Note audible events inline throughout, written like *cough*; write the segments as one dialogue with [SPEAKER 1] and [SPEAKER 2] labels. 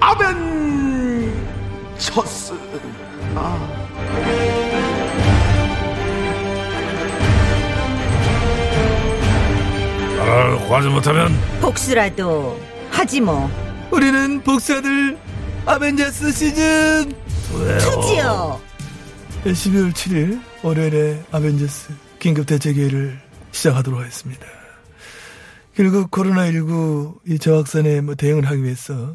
[SPEAKER 1] 아벤처스.
[SPEAKER 2] 나라를 구하지 아, 못하면
[SPEAKER 3] 복수라도 하지 뭐
[SPEAKER 4] 우리는 복사들 아벤져스 시즌
[SPEAKER 3] 투지요
[SPEAKER 4] 12월 7일 월요일에 아벤져스 긴급대책회의를 시작하도록 하겠습니다. 결국 코로나19 이 저확산에 뭐 대응을 하기 위해서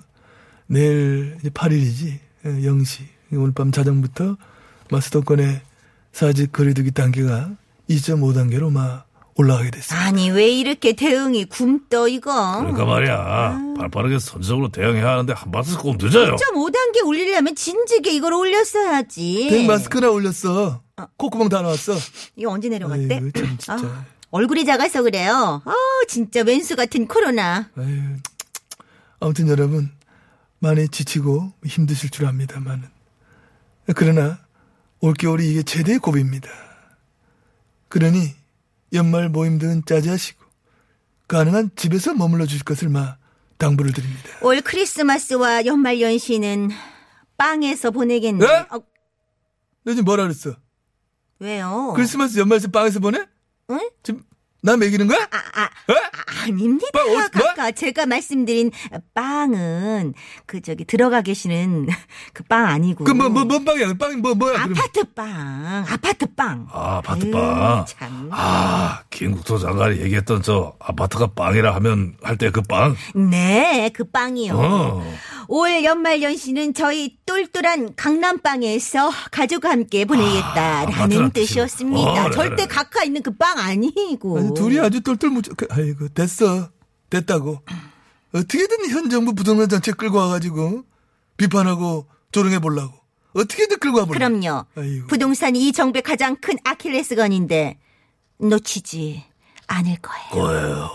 [SPEAKER 4] 내일 이제 8일이지 0시 오늘 밤 자정부터 막 수도권의 사직 거리두기 단계가 2.5단계로 막 올라가게 됐습니다.
[SPEAKER 3] 아니 왜 이렇게 대응이 굼떠 이거
[SPEAKER 2] 그러니까 말이야 발빠르게 선적으로 대응해야 하는데 한 발씩 꼼 늦어요.
[SPEAKER 3] 좀 5단계 올리려면 진지하게 이걸 올렸어야지
[SPEAKER 4] 댕 마스크나 올렸어. 콧구멍 다 나왔어.
[SPEAKER 3] 이거 언제 내려갔대?
[SPEAKER 4] 아이고, 참 진짜.
[SPEAKER 3] 아, 얼굴이 작아서 그래요 아 진짜 왼수 같은 코로나
[SPEAKER 4] 아유, 아무튼 여러분 많이 지치고 힘드실 줄 압니다만 그러나 올겨울이 이게 최대의 고비입니다. 그러니 연말 모임 등은 짜지하시고 가능한 집에서 머물러 주실 것을 마 당부를 드립니다.
[SPEAKER 3] 올 크리스마스와 연말연시는 빵에서 보내겠네
[SPEAKER 4] 네?
[SPEAKER 3] 아,
[SPEAKER 4] 너 지금 뭐라 그랬어?
[SPEAKER 3] 왜요?
[SPEAKER 4] 크리스마스 연말에 빵에서 보내?
[SPEAKER 3] 응?
[SPEAKER 4] 지금 나 먹이는 거야?
[SPEAKER 3] 아, 아,
[SPEAKER 4] 어?
[SPEAKER 3] 아닙니다.
[SPEAKER 4] 빵 어디- 뭐?
[SPEAKER 3] 아까 제가 말씀드린 빵은 그 저기 들어가 계시는 *laughs* 그 빵 아니고
[SPEAKER 4] 그뭐 뭐 뭔 빵이야? 빵이 뭐 뭐야? 그럼?
[SPEAKER 3] 아파트 빵, 아파트 빵.
[SPEAKER 2] 아
[SPEAKER 3] 아유,
[SPEAKER 2] 아파트빵.
[SPEAKER 3] 참.
[SPEAKER 2] 아 김국토 장관이 얘기했던 저 아파트가 빵이라 하면 할 때 그 빵.
[SPEAKER 3] 네, 그 빵이요.
[SPEAKER 2] 어.
[SPEAKER 3] 올 연말 연시는 저희 똘똘한 강남빵에서 가족과 함께 보내겠다라는
[SPEAKER 2] 아파트랑
[SPEAKER 3] 뜻이었습니다.
[SPEAKER 2] 드시고. 어, 그래,
[SPEAKER 3] 절대
[SPEAKER 2] 그래.
[SPEAKER 3] 각하 있는 그 빵 아니고.
[SPEAKER 4] 아니, 둘이 아주 똘똘 뭉쳐. 그, 아이고, 됐어. 됐다고. 어떻게든 현 정부 부동산 정책 끌고 와가지고 비판하고 조롱해 보려고. 어떻게든 끌고 와보려고.
[SPEAKER 3] 그럼요.
[SPEAKER 4] 아이고.
[SPEAKER 3] 부동산이 이 정부의 가장 큰 아킬레스건인데 놓치지 않을 거예요.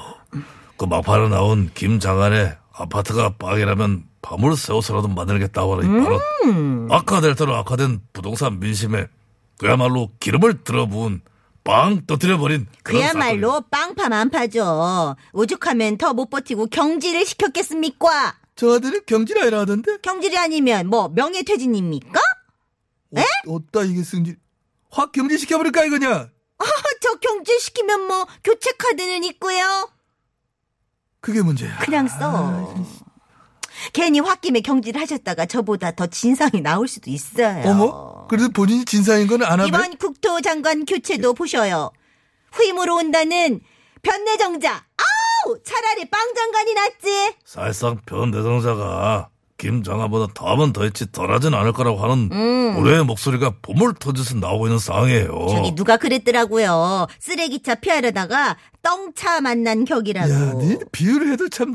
[SPEAKER 2] 그 막판에 나온 김 장관의 아파트가 빵이라면 밤을 새워서라도 만들겠다고 하는 이 바로
[SPEAKER 3] 음.
[SPEAKER 2] 악화될 대로 악화된 부동산 민심에 그야말로 기름을 들어부은 빵 떠뜨려버린 그런
[SPEAKER 3] 그야말로 빵파 만파죠. 오죽하면 더 못 버티고 경질을 시켰겠습니까?
[SPEAKER 4] 저 아들은 경질 아이라 하던데?
[SPEAKER 3] 경질이 아니면 뭐 명예퇴진입니까? 아,
[SPEAKER 4] 에? 어따 이게 승질. 확 경질시켜버릴까 이거냐?
[SPEAKER 3] 저 경질 시키면 뭐 교체 카드는 있고요.
[SPEAKER 4] 그게 문제야.
[SPEAKER 3] 그냥
[SPEAKER 4] 아,
[SPEAKER 3] 써. 괜히 홧김에 경질하셨다가 저보다 더 진상이 나올 수도 있어요.
[SPEAKER 4] 어머? 그래도 본인이 진상인 건 안 하네?
[SPEAKER 3] 이번 국토장관
[SPEAKER 4] 예.
[SPEAKER 3] 교체도 보셔요. 후임으로 온다는 변내정자. 아우 차라리 빵장관이 낫지.
[SPEAKER 2] 사실상 변 대상자가 김 장관보다 더하면 더했지 덜하진 않을 거라고 하는 우리의 목소리가 보물 터져서 나오고 있는 상황이에요.
[SPEAKER 3] 음.
[SPEAKER 4] 어.
[SPEAKER 3] 저기 누가 그랬더라고요. 쓰레기차 피하려다가 떵차 만난 격이라고.
[SPEAKER 4] 야, 니 비유를 해도 참,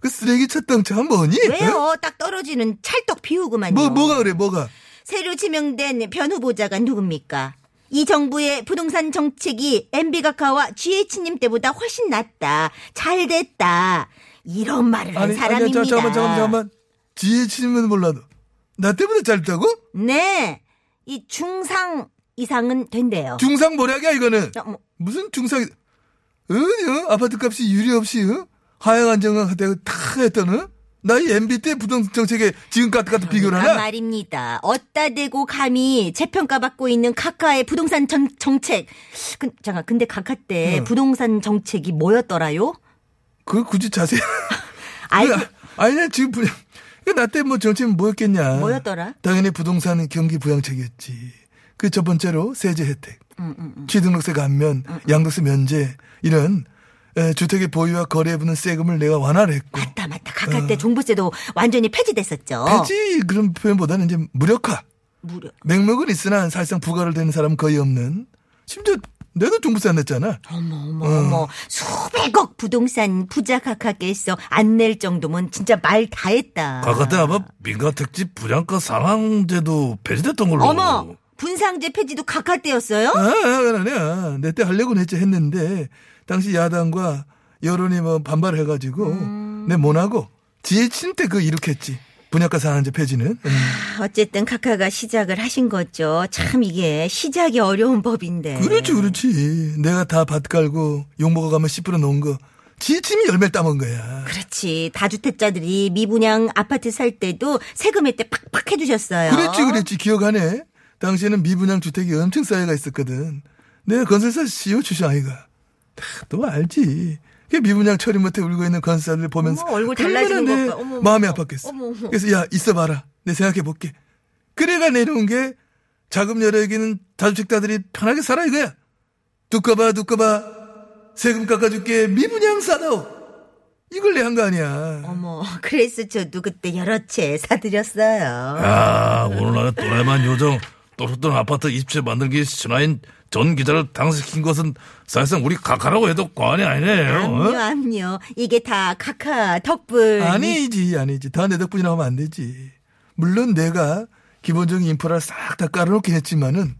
[SPEAKER 4] 그 쓰레기 쳤던 참 뭐니? 어?
[SPEAKER 3] 왜요? 딱 떨어지는 찰떡 비우고만요.
[SPEAKER 4] 뭐, 뭐가 그래, 뭐가?
[SPEAKER 3] 새로 지명된 변 후보자가 누굽니까? 이 정부의 부동산 정책이 MB 각하와 GH님 때보다 훨씬 낫다. 잘 됐다. 이런 말을 한 사람입니다.
[SPEAKER 4] 자, 잠깐만, 잠깐만, 잠깐만. 지혜 치면 몰라도. 나 때문에 짧다고?
[SPEAKER 3] 네. 이 중상 이상은 된대요.
[SPEAKER 4] 중상 모략이야 이거는
[SPEAKER 3] 어, 뭐,
[SPEAKER 4] 무슨 중상이 은요 아파트값이 유리 없이 어? 하향 안정화 되고 다 했던 어? 나이 MB 때 부동산 정책에 지금까지 같은 비교를
[SPEAKER 3] 그러니까
[SPEAKER 4] 하나
[SPEAKER 3] 말입니다. 어따 대고 감히 재평가받고 있는 각하의 부동산 정, 정책. 근, 잠깐, 근데 각하 때
[SPEAKER 4] 응.
[SPEAKER 3] 부동산 정책이 뭐였더라요?
[SPEAKER 4] 그걸 굳이 자세히
[SPEAKER 3] 알,
[SPEAKER 4] 아니, 아니 지금 분야 나때 뭐 정책은 뭐였겠냐
[SPEAKER 3] 뭐였더라?
[SPEAKER 4] 당연히 부동산 경기 부양책이었지 그 첫 번째로 세제 혜택
[SPEAKER 3] 음,
[SPEAKER 4] 취등록세 감면 양도세 면제 이런 에, 주택의 보유와 거래에 붙는 세금을 내가 완화를 했고
[SPEAKER 3] 맞다, 어. 맞다. 각하 때 종부세도 완전히 폐지됐었죠.
[SPEAKER 4] 음. 폐지 그런 표현보다는 이제 무력화
[SPEAKER 3] 무려.
[SPEAKER 4] 맥락은 있으나 사실상 부과를 되는 사람은 거의 없는 심지어 내가 종부세 안 냈잖아.
[SPEAKER 3] 어머 어머 어머 수백억 부동산 부자 각하께서 안 낼 정도면 진짜 말 다 했다.
[SPEAKER 2] 가까 때 아마 민가택지 분양가 상한제도 폐지됐던 걸로.
[SPEAKER 3] 어머 분상제 폐지도 각하 때였어요?
[SPEAKER 4] 아, 그러냐. 내 때 하려고 했지 했는데 당시 야당과 여론이 뭐 반발해가지고 내 못하고 지혜친 때 그 일으켰지. 분야가 상한제 폐지는. 음.
[SPEAKER 3] 아, 어쨌든 각하가 시작을 하신 거죠. 참 이게 시작이 어려운 법인데.
[SPEAKER 4] 그렇지 그렇지. 내가 다 밭 깔고 욕먹어 가면 10% 놓은 거 지혜침이 열매를 따먹은 거야.
[SPEAKER 3] 그렇지. 다주택자들이 미분양 아파트 살 때도 세금에 때 팍팍 해주셨어요.
[SPEAKER 4] 그랬지 그랬지 기억하네. 당시에는 미분양 주택이 엄청 쌓여가 있었거든. 내가 건설사 CEO 출신 아이가. 다 너 알지. 그 미분양 처리 못해 울고 있는 건설사를 보면서
[SPEAKER 3] 어머, 얼굴
[SPEAKER 4] 얼마나
[SPEAKER 3] 달라지는
[SPEAKER 4] 내
[SPEAKER 3] 것 봐. 어머, 어머,
[SPEAKER 4] 마음이
[SPEAKER 3] 어머.
[SPEAKER 4] 아팠겠어.
[SPEAKER 3] 어머, 어머.
[SPEAKER 4] 그래서 야 있어봐라. 내 생각해 볼게. 그래가 내려온 게 자금 여력이는 다주택자들이 편하게 살아 이거야. 두꺼봐 두꺼봐 세금 깎아줄게 미분양 사다오. 이걸 내 한 거 아니야.
[SPEAKER 3] 어머, 그래서 저도 그때 여러 채 사드렸어요.
[SPEAKER 2] 야, 오늘날의 또라이만 요정, 또르던 아파트 20채 만들기 신화인 전 기자를 당선시킨 것은 사실상 우리 각하라고 해도 과언이 아니네요.
[SPEAKER 3] 암요,
[SPEAKER 2] 어?
[SPEAKER 3] 암요. 이게 다 각하 덕분.
[SPEAKER 4] 아니지, 아니지. 다 내 덕분이라 하면 안 되지. 물론 내가 기본적인 인프라를 싹 다 깔아놓긴 했지만은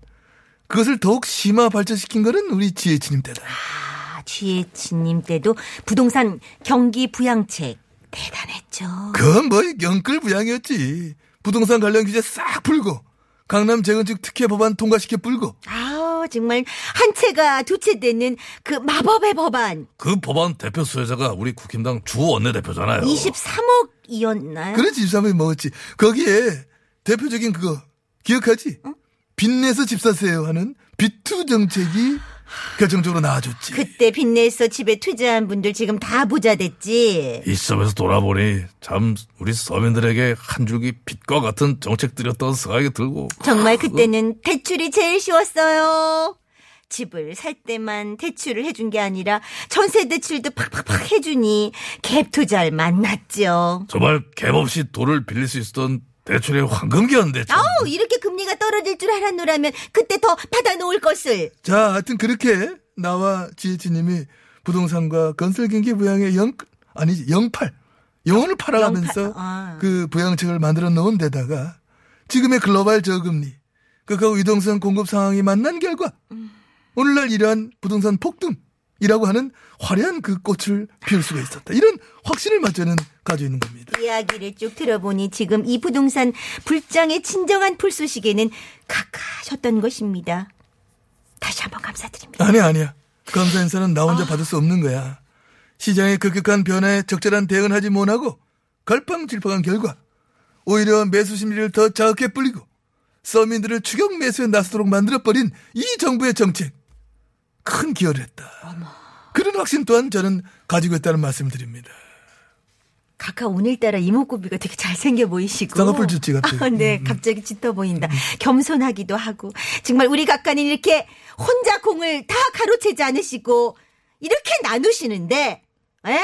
[SPEAKER 4] 그것을 더욱 심화 발전시킨 거는 우리 지혜진님 때다.
[SPEAKER 3] 아, GH님 때도 부동산 경기 부양책 대단했죠.
[SPEAKER 4] 그건 뭐 영끌 부양이었지. 부동산 관련 규제 싹 풀고 강남 재건축 특혜 법안 통과시켜 풀고
[SPEAKER 3] 어? 아우, 정말 한 채가 두 채 되는 그 마법의 법안
[SPEAKER 2] 그 법안 대표 수혜자가 우리 국힘당 주 원내대표잖아요.
[SPEAKER 3] 23억이었나요?
[SPEAKER 4] 그렇지 집사람이 먹었지. 거기에 대표적인 그거 기억하지? 빚내서 집 사세요 하는 빚투 정책이 결정적으로 나와줬지.
[SPEAKER 3] 그때 빚내서 집에 투자한 분들 지금 다 부자 됐지.
[SPEAKER 2] 이 시점에서 돌아보니 참 우리 서민들에게 한 줄기 빛과 같은 정책들이었던 생각이 들고
[SPEAKER 3] 정말 그때는 대출이 제일 쉬웠어요. 집을 살 때만 대출을 해준 게 아니라 전세 대출도 팍팍팍 해주니 갭 투자를 만났죠.
[SPEAKER 2] 정말 갭없이 돈을 빌릴 수 있었던 대출의 황금기였는데 참.
[SPEAKER 3] 아우 이렇게 금리가 떨어질 줄 알았노라면 그때 더 받아놓을 것을.
[SPEAKER 4] 자, 하여튼 그렇게 나와 지혜진님이 부동산과 건설 경기 부양의 영 아니지 영팔 영혼을 팔아가면서
[SPEAKER 3] 영팔, 아.
[SPEAKER 4] 그 부양책을 만들어 놓은 데다가 지금의 글로벌 저금리 그하고 유동성 공급 상황이 만난 결과 오늘날 이러한 부동산 폭등이라고 하는 화려한 그 꽃을 피울 수가 있었다. 이런 확신을 맞저는 가지고 있는 겁니다.
[SPEAKER 3] 이야기를 쭉 들어보니 지금 이 부동산 불장의 진정한 풀쏘시개는 각하셨던 것입니다. 다시 한번 감사드립니다.
[SPEAKER 4] 아니야, 아니야. 감사 인사는 나 혼자 받을 수 없는 거야. 시장의 급격한 변화에 적절한 대응을 하지 못하고 갈팡질팡한 결과 오히려 매수 심리를 더 자극해 뿌리고 서민들을 추격 매수에 나서도록 만들어버린 이 정부의 정책 큰 기여를 했다. 그런 확신 또한 저는 가지고 있다는 말씀을 드립니다.
[SPEAKER 3] 각하 오늘따라 이목구비가 되게 잘생겨 보이시고.
[SPEAKER 4] 쌍꺼풀 짓지 같아요.
[SPEAKER 3] 아, 네,
[SPEAKER 4] 음, 음.
[SPEAKER 3] 갑자기 짙어 보인다. 겸손하기도 하고. 정말 우리 각하는 이렇게 혼자 공을 다 가로채지 않으시고, 이렇게 나누시는데, 에?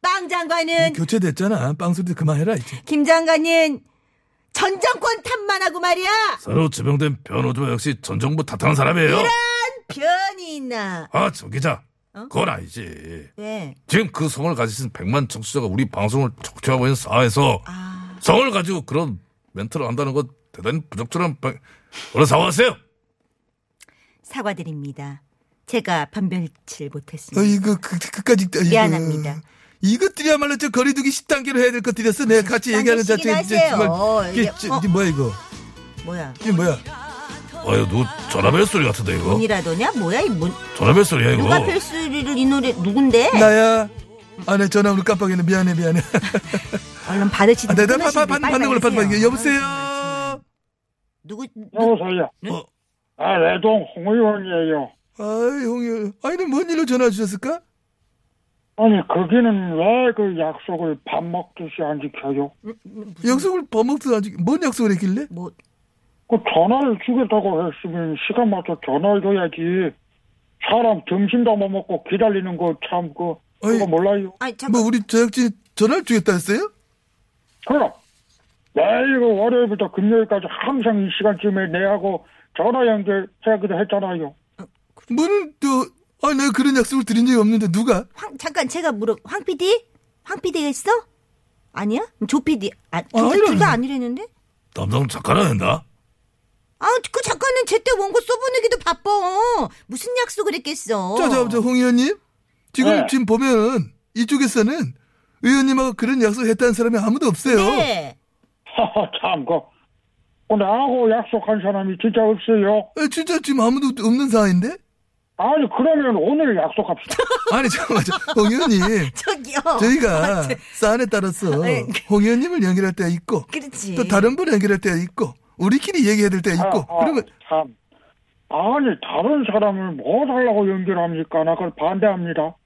[SPEAKER 3] 빵 장관은,
[SPEAKER 4] 교체됐잖아. 빵소리 그만해라 이제.
[SPEAKER 3] 김 장관은, 전 정권 탓만 하고 말이야!
[SPEAKER 2] 새로 지명된 변호조 역시 전 정부 탓하는 사람이에요.
[SPEAKER 3] 변이 있나.
[SPEAKER 2] 아, 저 기자.
[SPEAKER 3] 어?
[SPEAKER 2] 그건 아니지.
[SPEAKER 3] 네.
[SPEAKER 2] 지금 그 성을 가지신 100만 청취자가 우리 방송을 청취하고 있는 사회에서
[SPEAKER 3] 아.
[SPEAKER 2] 성을 가지고 그런 멘트를 한다는 건 대단히 부적절한 방... 얼른 사과하세요.
[SPEAKER 3] 사과드립니다. 제가 변별치 못했습니다.
[SPEAKER 4] 어이구 그, 그- 그까지 어이구.
[SPEAKER 3] 음. 미안합니다.
[SPEAKER 4] 이것들이야말로 저 거리두기 10단계로 해야 될 것들이었어. 내가 같이 얘기하는 자체가
[SPEAKER 3] 식이나 하세요.
[SPEAKER 4] 정말 이게
[SPEAKER 3] 이게,
[SPEAKER 4] 저-
[SPEAKER 3] 어.
[SPEAKER 4] 이게 뭐야 이거?
[SPEAKER 3] 뭐야?
[SPEAKER 4] 이게 뭐야?
[SPEAKER 2] 아유, 누구 전화벨 소리 같은데, 이거?
[SPEAKER 3] 문이라더냐? 뭐야 이 문?
[SPEAKER 2] 전화벨 소리야, 이거?
[SPEAKER 3] 예. 누가 필수리를 이 노래 누군데?
[SPEAKER 4] 어. 나야. 아, 내 전화 오늘 깜빡이네. 미안해, 미안해.
[SPEAKER 3] 얼른 받으시든
[SPEAKER 4] 아, 내가
[SPEAKER 3] 끊으시든
[SPEAKER 4] 받, 받,
[SPEAKER 3] 음, 빨리
[SPEAKER 4] 받는 걸로 받, 받,
[SPEAKER 3] 받으세요. 아,
[SPEAKER 4] 여보세요?
[SPEAKER 3] 누구? 누,
[SPEAKER 5] 여보세요.
[SPEAKER 2] 어,
[SPEAKER 5] 아, 레동 홍 의원이에요.
[SPEAKER 4] 아이, 홍유. 아니, 뭔 일로 전화 주셨을까?
[SPEAKER 5] 아니, 거기는 왜 그 약속을 밥 먹듯이 안 지켜요?
[SPEAKER 4] 약속을 버먹도 아직, 뭔 약속을 했길래?
[SPEAKER 3] 뭐?
[SPEAKER 5] 그 전화를 주겠다고 했으면 시간 맞춰 전화를 줘야지. 사람 점심도 못 먹고 기다리는 거 참, 그, 그거
[SPEAKER 4] 어이.
[SPEAKER 5] 몰라요.
[SPEAKER 3] 아니 네, 잠깐.
[SPEAKER 4] 뭐, 우리 제작진이 전화를 주겠다 했어요?
[SPEAKER 5] 그럼, 매일 그 월요일부터 금요일까지 항상 이 시간쯤에 내하고 전화 연결해야기도 했잖아요.
[SPEAKER 3] 그러니까.
[SPEAKER 4] 문도 아 내가 그런 약속을 드린 적이 없는데 누가?
[SPEAKER 3] 황, 잠깐 제가 물어. 황 PD? 황 PD가 있어? 아니야? 조 PD. 아,
[SPEAKER 4] 아니라네.
[SPEAKER 3] 둘다 아니라는데?
[SPEAKER 2] 담당 작가라 낸다?
[SPEAKER 3] 아, 그 작가는 제때 원고 써보내기도 바빠. 무슨 약속을 했겠어?
[SPEAKER 4] 자, 자, 자, 홍 의원님. 지금,
[SPEAKER 5] 네.
[SPEAKER 4] 지금 보면, 이쪽에서는 의원님하고 그런 약속 했다는 사람이 아무도 없어요.
[SPEAKER 3] 네.
[SPEAKER 5] 하하, 참, 그, 나하고 약속한 사람이 진짜 없어요.
[SPEAKER 4] 아, 진짜 지금 아무도 없는 상황인데?
[SPEAKER 5] 아니, 그러면 오늘 약속합시다.
[SPEAKER 4] 아니, 잠깐만, 자, 홍 의원님.
[SPEAKER 3] *laughs* 저기요.
[SPEAKER 4] 저희가 사안에 따라서
[SPEAKER 3] 네.
[SPEAKER 4] 홍 의원님을 연결할 때가 있고,
[SPEAKER 3] 그렇지.
[SPEAKER 4] 또 다른 분을 연결할 때가 있고, 우리끼리 얘기해야 될 때가
[SPEAKER 3] 어,
[SPEAKER 4] 있고,
[SPEAKER 5] 아, 아,
[SPEAKER 4] 그러면,
[SPEAKER 5] 참. 아니, 다른 사람을 뭐 달라고 연결합니까? 나 그걸 반대합니다.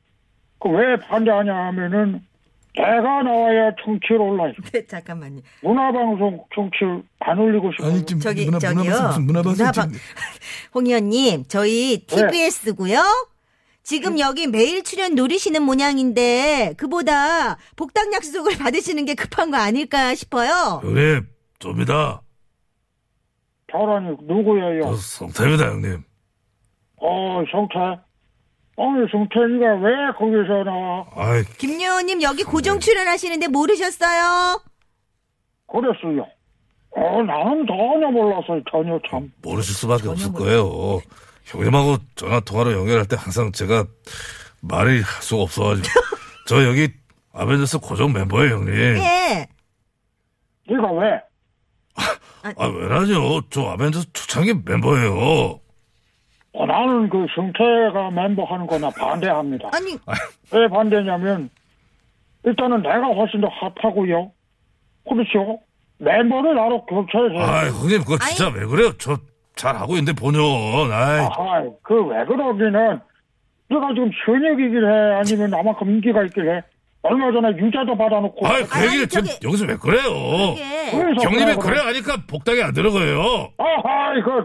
[SPEAKER 5] 그 왜 반대하냐 하면은, 내가 나와야 청취율 올라요.
[SPEAKER 3] *laughs* 네, 잠깐만요.
[SPEAKER 5] 문화방송 청취율 안 올리고 싶어요.
[SPEAKER 4] 아니, 지금
[SPEAKER 3] 저기
[SPEAKER 4] 문화,
[SPEAKER 3] 저기요.
[SPEAKER 4] 문화방송, 무슨 문화방송
[SPEAKER 3] 문화방-
[SPEAKER 4] 지금.
[SPEAKER 3] 홍 의원님, 저희 TBS고요. 지금 여기 매일 출연 노리시는 모양인데 그보다 복당 약속을 받으시는 게 급한 거 아닐까 싶어요.
[SPEAKER 2] 형님, 좀 이따.
[SPEAKER 5] 저라니, 누구예요?
[SPEAKER 2] 저 성태입니다, 형님.
[SPEAKER 5] 어, 성태. 아니, 성태이가 왜 거기서 나와?
[SPEAKER 2] 아이,
[SPEAKER 3] 김여원님 여기 고정 출연하시는데 모르셨어요?
[SPEAKER 5] 그랬어요. 어, 나는 전혀 몰랐어요, 전혀 참.
[SPEAKER 2] 모르실 수밖에 없을 거예요. 형님하고 전화 통화로 연결할 때 항상 제가 말이 할 수가 *laughs* 없어가지고. 저 여기 아벤져스 고정 멤버예요, 형님.
[SPEAKER 3] 예.
[SPEAKER 5] 네가 왜?
[SPEAKER 2] 아, 왜라뇨? 저 아벤져스 초창기 멤버예요.
[SPEAKER 5] 어, 나는 그 성태가 멤버하는 거나 반대합니다.
[SPEAKER 3] 아니
[SPEAKER 5] 왜 반대냐면, 일단은 내가 훨씬 더 핫하고요. 그렇죠? 멤버를 나로 교체해서.
[SPEAKER 2] 아이, 형님, 그거 진짜 왜 그래요? 저 잘하고 있는데, 본연. 아이,
[SPEAKER 5] 아, 그왜 그러기는, 네가 지금 현역이길 해, 아니면 나만큼 인기가 있길 해. 얼마 전에 유자도 받아놓고.
[SPEAKER 2] 아이, 그
[SPEAKER 3] 아니,
[SPEAKER 2] 얘기를 지금
[SPEAKER 3] 저기-
[SPEAKER 2] 여기서 왜 그래요?
[SPEAKER 3] 이게
[SPEAKER 5] 그래서
[SPEAKER 2] 형님이
[SPEAKER 5] 그러고.
[SPEAKER 2] 그래 하니까 복당이 안 들어가요.
[SPEAKER 5] 아하이 그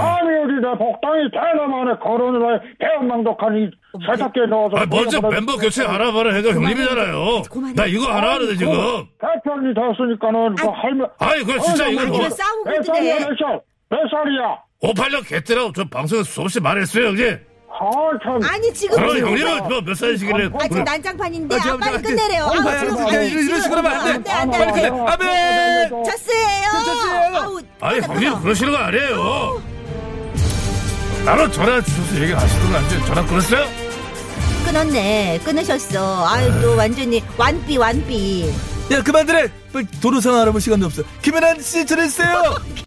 [SPEAKER 5] 아니 우리 내 복당이 대나만에 거론을 해 배은망덕한 이 세탁기에 넣어서
[SPEAKER 2] 아, 먼저 멤버 교체 알아봐라 해가 형님이잖아요.
[SPEAKER 3] 그만해.
[SPEAKER 2] 나 이거 하나 하는데,
[SPEAKER 5] 그
[SPEAKER 2] 지금.
[SPEAKER 5] 대표이 됐으니까는 그 할머
[SPEAKER 2] 아니, 그 진짜 이거
[SPEAKER 3] 이거
[SPEAKER 2] 뭐.
[SPEAKER 3] 싸우고
[SPEAKER 5] 몇
[SPEAKER 3] 그래.
[SPEAKER 5] 살이야 몇 살? 몇 살이야?
[SPEAKER 2] 586 개때라고 저 방송에 수없이 말했어요, 형님.
[SPEAKER 5] 아참
[SPEAKER 3] 아니 지금
[SPEAKER 2] 그럼
[SPEAKER 3] 무슨-
[SPEAKER 2] 형님은 저몇 살이시길래.
[SPEAKER 3] 아
[SPEAKER 2] 그래.
[SPEAKER 3] 지금 난장판인데
[SPEAKER 4] 아,
[SPEAKER 3] 아,
[SPEAKER 4] 잠깐만,
[SPEAKER 3] 빨리
[SPEAKER 4] 잠깐만.
[SPEAKER 3] 끝내래요.
[SPEAKER 4] 어,
[SPEAKER 3] 아,
[SPEAKER 4] 봐요.
[SPEAKER 3] 지금
[SPEAKER 4] 야, 이러- 이런 식으로 하면 안 돼.
[SPEAKER 3] 안돼
[SPEAKER 4] 빨리 끝내.
[SPEAKER 3] 안돼.
[SPEAKER 4] 아멘!
[SPEAKER 3] 졌어요.
[SPEAKER 4] 졌어요.
[SPEAKER 3] 아우,
[SPEAKER 2] 아니,
[SPEAKER 3] 끊어,
[SPEAKER 2] 형님
[SPEAKER 3] 끊어.
[SPEAKER 2] 그러니까 그러시는 거 아니에요. 나로 전화 주셔서 얘기 하시던가 안 돼요. 전화 끊었어요?
[SPEAKER 3] 끊었네. 끊으셨어. 아유, 또 완전히 완삐, 완삐.
[SPEAKER 4] 야, 그만들래 도로상 알아볼 시간도 없어. 김연아 씨, 전해주세요!